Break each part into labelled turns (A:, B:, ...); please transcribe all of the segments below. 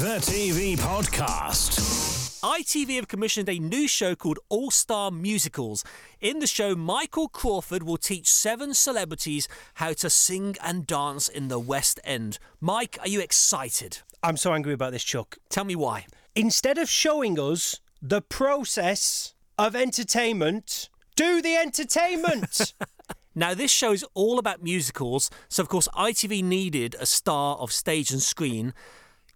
A: The TV Podcast.
B: ITV have commissioned a new show called All Star Musicals. In the show, Michael Crawford will teach seven celebrities how to sing and dance in the West End. Mike, are you excited?
C: I'm so angry about this, Chuck.
B: Tell me why.
C: Instead of showing us the process of entertainment, do the entertainment.
B: Now, this show is all about musicals, so of course, ITV needed a star of stage and screen.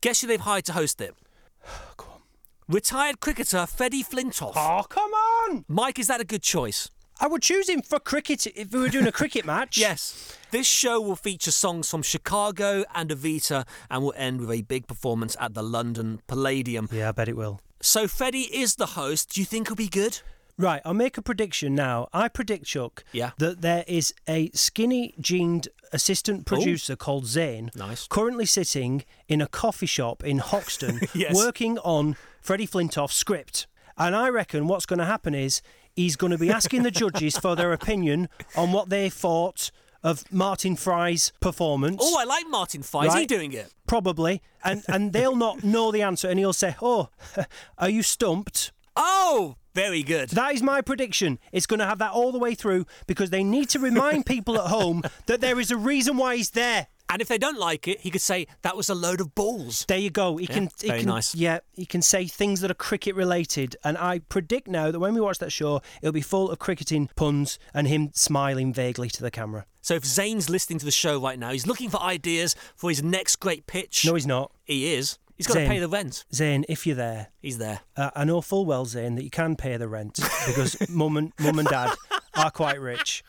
B: Guess who they've hired to host it?
C: Go on.
B: Retired cricketer Freddie Flintoff.
C: oh, come on!
B: Mike, is that a good choice?
C: I would choose him for cricket if we were doing a cricket match.
B: Yes. This show will feature songs from Chicago and Evita and will end with a big performance at the London Palladium.
C: Yeah, I bet it will.
B: So Freddie is the host. Do you think he'll be good?
C: Right, I'll make a prediction now. I predict, Chuck,
B: Yeah.
C: that there is a skinny jeaned assistant producer called Zane
B: Nice.
C: currently sitting in a coffee shop in Hoxton
B: Yes.
C: working on Freddie Flintoff's script. And I reckon what's going to happen is he's going to be asking the judges for their opinion on what they thought of Martin Fry's performance.
B: Oh, I like Martin Fry. Is he
C: Right.
B: doing it?
C: Probably. And, and they'll not know the answer. And he'll say, Oh, are you stumped?
B: Oh, very good.
C: That is my prediction. It's going to have that all the way through because they need to remind people at home that there is a reason why he's there.
B: And if they don't like it, he could say, that was a load of balls.
C: There you go. He can. He
B: very
C: can,
B: nice.
C: Yeah, he can say things that are cricket related, and I predict now that when we watch that show, it'll be full of cricketing puns and him smiling vaguely to the camera.
B: So if Zane's listening to the show right now, he's looking for ideas for his next great pitch.
C: No, he's not.
B: he is. He's got to
C: Zane.
B: pay the rent.
C: Zane, if you're there,
B: He's there.
C: uh, I know full well, Zane, that you can pay the rent because mum and mum and dad are quite rich.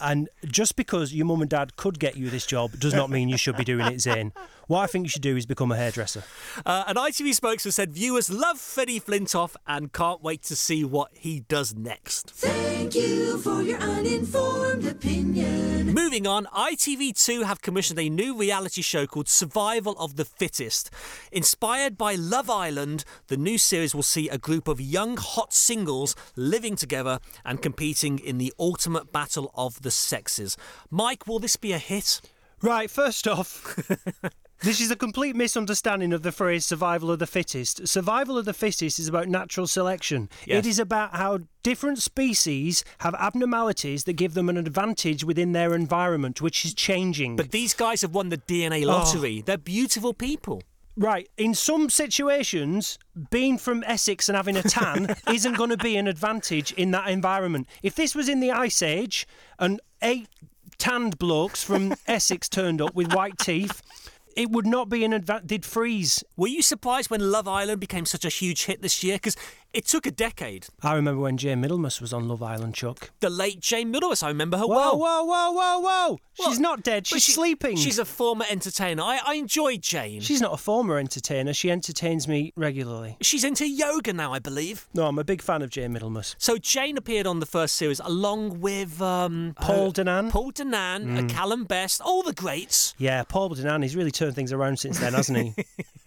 C: And just because your mum and dad could get you this job does not mean you should be doing it, Zane. What I think you should do is become a hairdresser.
B: Uh, an ITV spokesman said viewers love Freddie Flintoff and can't wait to see what he does next.
D: Thank you for your uninformed opinion.
B: Moving on, ITV2 have commissioned a new reality show called Survival of the Fittest. Inspired by Love Island, the new series will see a group of young hot singles living together and competing in the ultimate battle of the sexes. Mike, will this be a hit?
C: Right, first off, this is a complete misunderstanding of the phrase survival of the fittest. Survival of the fittest is about natural selection,
B: Yes.
C: it is about how different species have abnormalities that give them an advantage within their environment, which is changing.
B: But these guys have won the DNA lottery.
C: Oh.
B: They're beautiful people.
C: Right. In some situations, being from Essex and having a tan isn't going to be an advantage in that environment. If this was in the Ice Age and eight tanned blokes from Essex turned up with white teeth, it would not be an advantage. They'd freeze.
B: Were you surprised when Love Island became such a huge hit this year? Because it took a decade.
C: I remember when Jay Middlemas was on Love Island, Chuck.
B: The late Jane Middlemas, I remember her
C: Whoa,
B: well.
C: whoa, whoa, whoa, whoa! She's
B: Well,
C: not dead.
B: but
C: She's
B: she-
C: sleeping.
B: She's a former entertainer. I, I enjoy Jane.
C: She's not a former entertainer. She entertains me regularly.
B: She's into yoga now, I believe.
C: No, I'm a big fan of Jay Middlemas.
B: So Jane appeared on the first series along with um,
C: Paul
B: uh,
C: Danan.
B: Paul Danan, uh, Callum Best, all the greats.
C: Yeah, Paul Denan, he's really turned things around since then, hasn't he?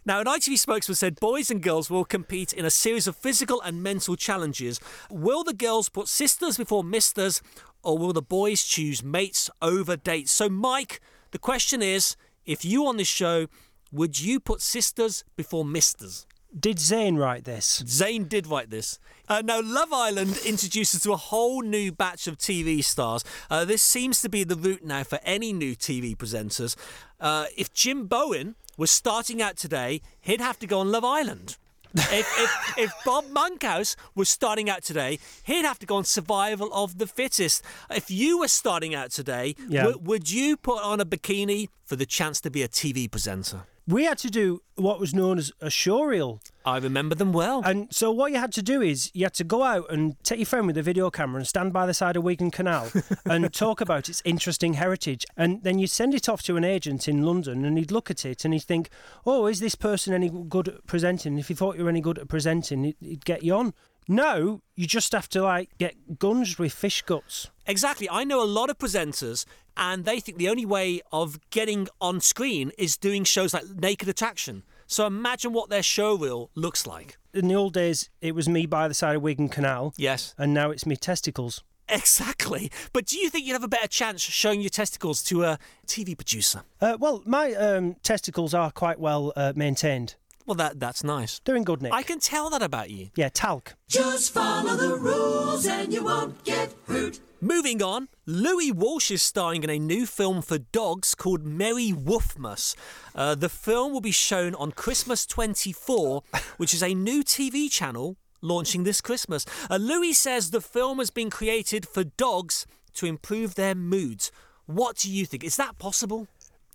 B: Now, an ITV spokesman said boys and girls will compete in a series of physical and mental challenges. Will the girls put sisters before misters, or will the boys choose mates over dates? So, Mike, the question is if you on this show, would you put sisters before misters?
C: Did Zayn write this?
B: Zayn did write this. Uh, now, Love Island introduces to a whole new batch of TV stars. Uh, this seems to be the route now for any new TV presenters. Uh, if Jim Bowen was starting out today, he'd have to go on Love Island. if, if, if Bob Monkhouse was starting out today, he'd have to go on Survival of the Fittest. If you were starting out today,
C: Yeah.
B: w- would you put on a bikini for the chance to be a TV presenter?
C: We had to do what was known as a showreel.
B: I remember them well.
C: And so what you had to do is you had to go out and take your phone with a video camera and stand by the side of Wigan Canal and talk about its interesting heritage. And then you'd send it off to an agent in London and he'd look at it and he'd think, oh, is this person any good at presenting? if he thought you were any good at presenting, he'd, he'd get you on. No, you just have to like get gunged with fish guts.
B: Exactly. I know a lot of presenters, and they think the only way of getting on screen is doing shows like Naked Attraction. So imagine what their show reel looks like.
C: In the old days, it was me by the side of Wigan Canal.
B: Yes.
C: And now it's me testicles.
B: Exactly. But do you think you'd have a better chance showing your testicles to a TV producer?
C: Uh, well, my um, testicles are quite well uh, maintained.
B: Well, that that's nice.
C: They're in good nick.
B: I can tell that about you.
C: Yeah, talc.
D: Just follow the rules and you won't get hurt.
B: Moving on, Louis Walsh is starring in a new film for dogs called Merry Woofmas. Uh, the film will be shown on Christmas 24, which is a new TV channel launching this Christmas. Uh, Louis says the film has been created for dogs to improve their moods. What do you think? Is that possible?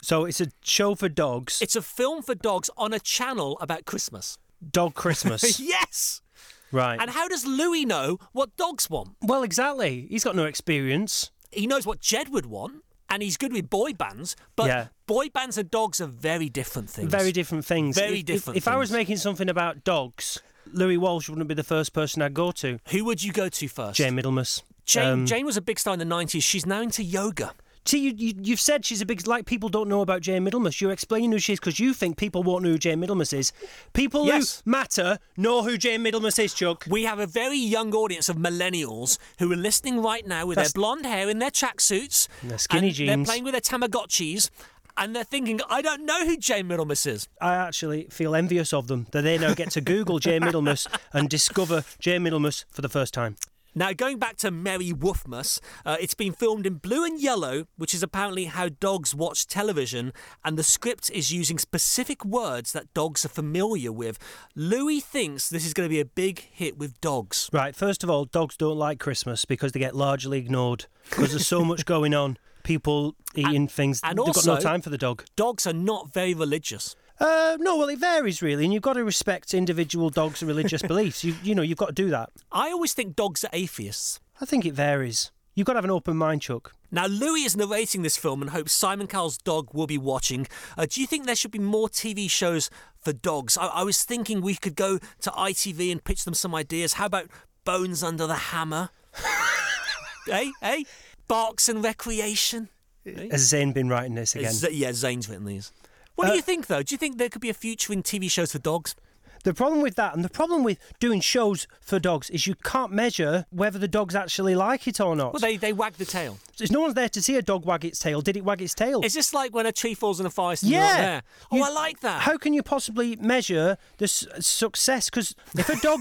C: So it's a show for dogs.
B: It's a film for dogs on a channel about Christmas.
C: Dog Christmas.
B: Yes!
C: right.
B: And how does Louis know what dogs want?
C: well, exactly. He's got no experience.
B: he knows what Jed would want, and he's good with boy bands. But
C: Yeah.
B: boy bands and dogs are very different things.
C: Very different things.
B: Very
C: If-
B: different
C: If, if I was
B: things.
C: making something about dogs, Louis Walsh wouldn't be the first person I'd go to.
B: Who would you go to first?
C: Jane Middlemas.
B: Jane,
C: Um,
B: Jane was a big star in the '90s. She's now into yoga.
C: See, you, you, you've said she's a big like people don't know about Jane Middlemas. You're explaining who she is because you think people won't know who Jane Middlemas is. People
B: Yes.
C: who matter know who Jane Middlemas is, Chuck.
B: We have a very young audience of millennials who are listening right now with
C: That's-
B: their blonde hair in their tracksuits,
C: And their skinny
B: and They're
C: jeans.
B: playing with their Tamagotchis, and they're thinking, "I don't know who Jane Middlemas is."
C: I actually feel envious of them that they now get to Google Jane Middlemas and discover Jane Middlemas for the first time.
B: Now, going back to Merry Woofmas, uh, it's been filmed in blue and yellow, which is apparently how dogs watch television, and the script is using specific words that dogs are familiar with. Louis thinks this is going to be a big hit with dogs.
C: Right, first of all, dogs don't like Christmas because they get largely ignored because there's so much going on. People eating things.
B: and
C: They've got
B: also-
C: no time for the dog.
B: Dogs are not very religious.
C: Uh, no, well, it varies really, and you've got to respect individual dogs' religious beliefs. You, you know, you've got to do that.
B: I always think dogs are atheists.
C: I think it varies. You've got to have an open mind, Chuck.
B: Now, Louis is narrating this film and hopes Simon Cowell's dog will be watching. Uh, do you think there should be more TV shows for dogs? I-, I was thinking we could go to ITV and pitch them some ideas. How about Bones Under the Hammer? hey, hey, Barks and Recreation?
C: Has Zane been writing this again?
B: Z- yeah, Zane's written these. What do
C: Uh,
B: you think, though? Do you think there could be a future in TV shows for dogs?
C: the problem with that, and the problem with doing shows for dogs, is you can't measure whether the dogs actually like it or not.
B: Well, they, they wag the tail.
C: There's no one's there to see a dog wag its tail. Did it wag its tail?
B: It's just like when a tree falls in a forest and you're not
C: yeah.
B: there. Oh,
C: You-
B: I like that.
C: How can you possibly measure the s- success? Because if a dog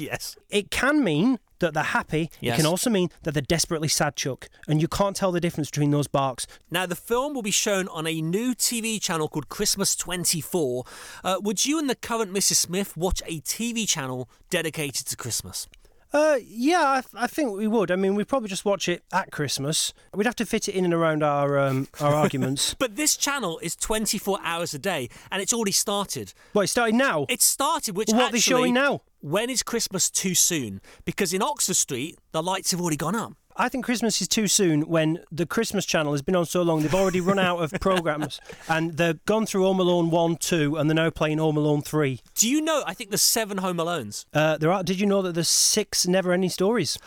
B: yes.
C: it can mean that they're happy. It
B: Yes.
C: can also mean that they're desperately sad, Chuck. And you can't tell the difference between those barks.
B: Now, the film will be shown on a new TV channel called Christmas 24. Uh, would you and the current Mrs. Smith watch a TV channel dedicated to Christmas?
C: Uh, yeah, I, th- I think we would. I mean, we'd probably just watch it at Christmas. We'd have to fit it in and around our um, our arguments.
B: But this channel is 24 hours a day and it's already started.
C: Well, it started now.
B: It started, which
C: Well, what are they
B: actually,
C: showing now?
B: When is Christmas too soon? Because in Oxford Street, the lights have already gone up.
C: I think Christmas is too soon when the Christmas channel has been on so long they've already run out of programs and they've gone through Home Alone 1, 2 and they're now playing Home Alone 3.
B: Do you know? I think there's seven Home Alones.
C: Uh, there are did you know that there's six never ending stories?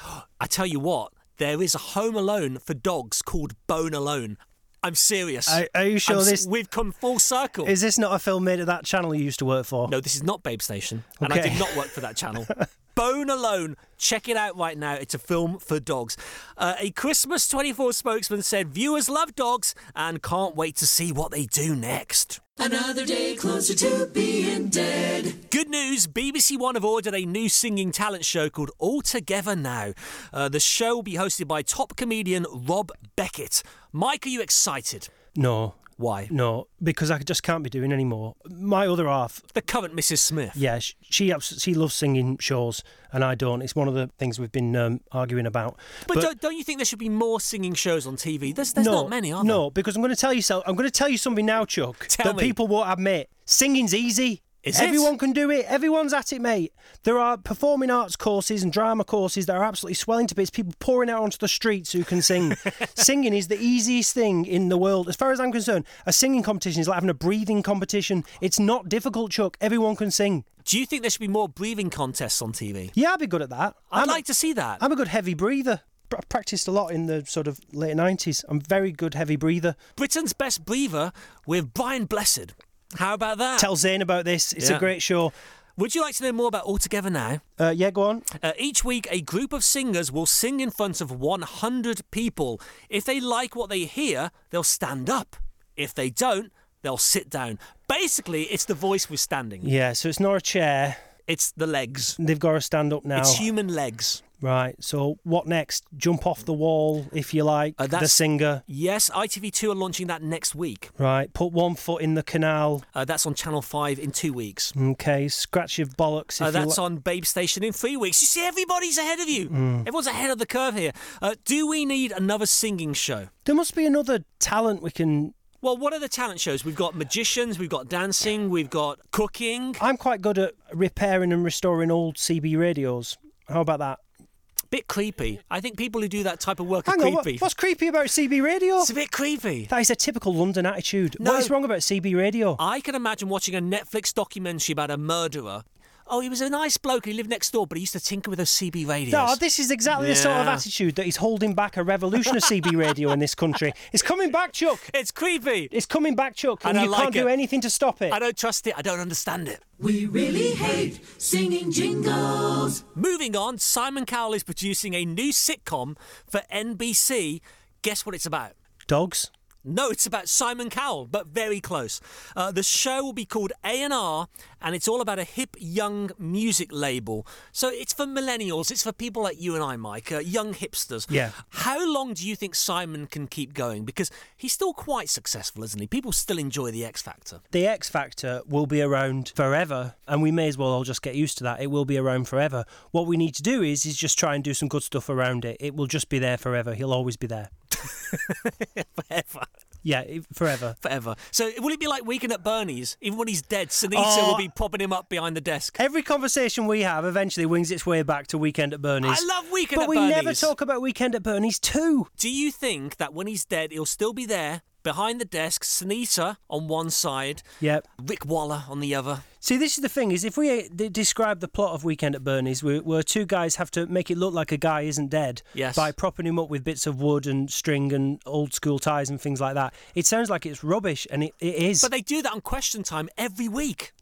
B: I tell you what, there is a Home Alone for dogs called Bone Alone. I'm serious.
C: Are- are you
B: I'm
C: sure
B: s-
C: this-
B: We've come full circle.
C: Is this not a film made at that channel you used to work for?
B: No, this is not Babe Station, and I
C: Okay.
B: did not work for that channel. Bone Alone, check it out right now. It's a film for dogs. Uh, a Christmas 24 spokesman said viewers love dogs and can't wait to see what they do next.
D: Another day closer to being dead.
B: Good news BBC One have ordered a new singing talent show called All Together Now. Uh, the show will be hosted by top comedian Rob Beckett. Mike, are you excited?
C: No.
B: Why?
C: No, because I just can't be doing any more. My other half,
B: The current Mrs. Smith.
C: yeah, sh- she abs- she loves singing shows, and I don't. It's one of the things we've been um, arguing about.
B: But, don't, don't you think there should be more singing shows on TV? There's, there's
C: no,
B: not many, are there?
C: no, because I'm going to tell you so. I'm going to tell you something now, Chuck,
B: Tell
C: that
B: me.
C: people won't admit. Singing's easy.
B: Is it?
C: Everyone can do it. Everyone's at it, mate. There are performing arts courses and drama courses that are absolutely swelling to bits. People pouring out onto the streets who can sing. singing is the easiest thing in the world, as far as I'm concerned. A singing competition is like having a breathing competition. It's not difficult, Chuck. Everyone can sing.
B: Do you think there should be more breathing contests on TV?
C: Yeah, I'd be good at that.
B: I'd
C: I'm a-
B: like to see that.
C: I'm a good heavy breather. Pr- I practiced a lot in the sort of late 90s. I'm a very good heavy breather.
B: Britain's best breather with Brian Blessed. How about that?
C: Tell Zane about this. It's
B: Yeah.
C: a great show.
B: Would you like to know more about Altogether Now?
C: Uh, yeah, go on.
B: Uh, each week, a group of singers will sing in front of 100 people. If they like what they hear, they'll stand up. If they don't, they'll sit down. Basically, it's the voice with standing.
C: Yeah, so it's not a chair.
B: It's the legs.
C: They've got to stand up now.
B: It's human legs.
C: right, so what next? Jump off the wall, if you like,
B: Uh,
C: the
B: that's-
C: singer.
B: Yes, ITV2 are launching that next week.
C: Right, put one foot in the canal.
B: Uh, that's on Channel 5 in two weeks.
C: Okay, scratch your bollocks if
B: Uh,
C: you
B: that's
C: li- Mm.
B: on Babe Station in three weeks. You see, everybody's ahead of you. Everyone's ahead of the curve here. Uh, do we need another singing show?
C: There must be another talent we can.
B: Well, what are the talent shows? We've got magicians, we've got dancing, we've got cooking.
C: I'm quite good at repairing and restoring old CB radios. How about that?
B: Bit creepy. I think people who do that type of work are
C: Hang on, what-
B: creepy.
C: what's creepy about CB radio?
B: it's a bit creepy.
C: That is a typical London attitude.
B: No.
C: What is wrong about CB radio?
B: I can imagine watching a Netflix documentary about a murderer. Oh, he was a nice bloke. He lived next door, but he used to tinker with those CB radios.
C: No, this is exactly the sort of
B: Yeah.
C: attitude that is holding back a revolution of CB radio in this country. It's coming back, Chuck.
B: it's creepy.
C: It's coming back, Chuck,
B: I
C: and
B: don't
C: you
B: like
C: can't do
B: it.
C: anything to stop it.
B: I don't trust it. I don't understand it.
D: We really hate singing jingles.
B: Moving on, Simon Cowell is producing a new sitcom for NBC. Guess what it's about?
C: Dogs.
B: No, it's about Simon Cowell, but very close. Uh, the show will be called A and R, and it's all about a hip young music label. So it's for millennials. It's for people like you and I, Mike, uh, young hipsters.
C: Yeah.
B: How long do you think Simon can keep going? Because he's still quite successful, isn't he? People still enjoy the X Factor.
C: The X Factor will be around forever, and we may as well all just get used to that. It will be around forever. What we need to do is is just try and do some good stuff around it. It will just be there forever. He'll always be there.
B: Forever.
C: Yeah, it- forever.
B: Forever. So will it be like Weekend at Bernie's? Even when he's dead, Sinisa
C: Oh.
B: will be popping him up behind the desk.
C: Every conversation we have eventually wings its way back to Weekend at Bernie's.
B: I love Weekend
C: but
B: at
C: we never
B: Bernie's.
C: talk about Weekend at Bernie's too.
B: Do you think that when he's dead, he'll still be there behind the desk, Sunita on one side,
C: Yep.
B: Rick Waller on the other?
C: See, this is the thing: is if we uh, d- describe the plot of Weekend at Bernie's, where, where two guys have to make it look like a guy isn't dead
B: Yes.
C: by propping him up with bits of wood and string and old school ties and things like that, it sounds like it's rubbish, and it, it is.
B: But they do that on Question Time every week.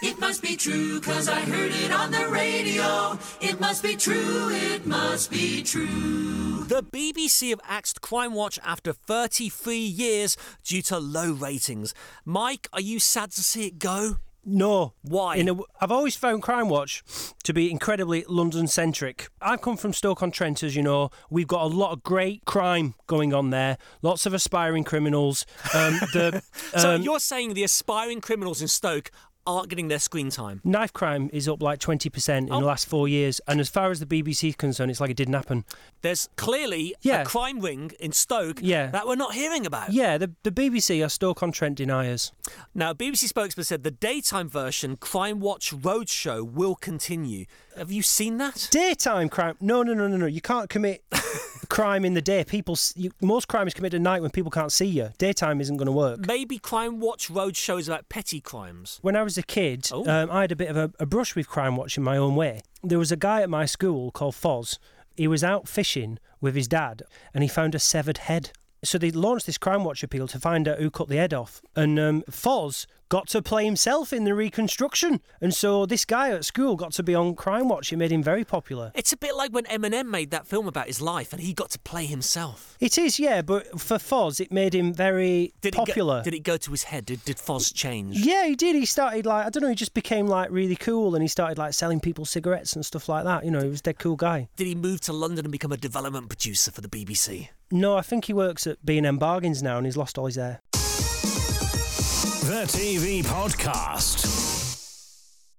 D: It must be true, cause I heard it on the radio. It must be true, it must be true.
B: The BBC have axed Crime Watch after 33 years due to low ratings. Mike, are you sad to see it go?
C: no,
B: Why?
C: In a w- I've always found Crime Watch to be incredibly London-centric. I've come from Stoke-on-Trent, as you know. We've got a lot of great crime going on there. Lots of aspiring criminals. Um, the
B: So you're saying the aspiring criminals in Stoke aren't getting their screen time?
C: Knife crime is up like 20% in
B: Oh.
C: the last four years. And as far as the BBC is concerned, it's like it didn't happen.
B: There's clearly
C: Yeah.
B: a crime ring in Stoke
C: Yeah.
B: that we're not hearing about.
C: Yeah, the, the BBC are Stoke on Trent deniers.
B: Now, BBC spokesman said the daytime version, Crime Watch Roadshow, will continue. Have you seen that?
C: Daytime crime. No, no, no, no, no. You can't commit crime in the day. People, s- you, Most crime is committed at night when people can't see you. Daytime isn't going to work.
B: Maybe Crime Watch Roadshow is about petty crimes.
C: When I was a kid,
B: Oh.
C: um, I had a bit of a, a brush with crime watching my own way. There was a guy at my school called Foz. He was out fishing with his dad and he found a severed head. So they launched this crime watch appeal to find out who cut the head off. And um, Foz got to play himself in the reconstruction. And so this guy at school got to be on crime watch. It made him very popular.
B: It's a bit like when Eminem made that film about his life and he got to play himself.
C: It is, yeah, but for Foz, it made him very
B: Did
C: popular.
B: It go, did it go to his head? Did, did Foz change?
C: Yeah, he did. He started like I don't know. He just became like really cool, and he started like selling people cigarettes and stuff like that. You know, he was a dead cool guy.
B: Did he move to London and become a development producer for the BBC?
C: No, I think he works at B and M Bargains now, and he's lost all his hair.
A: The TV podcast.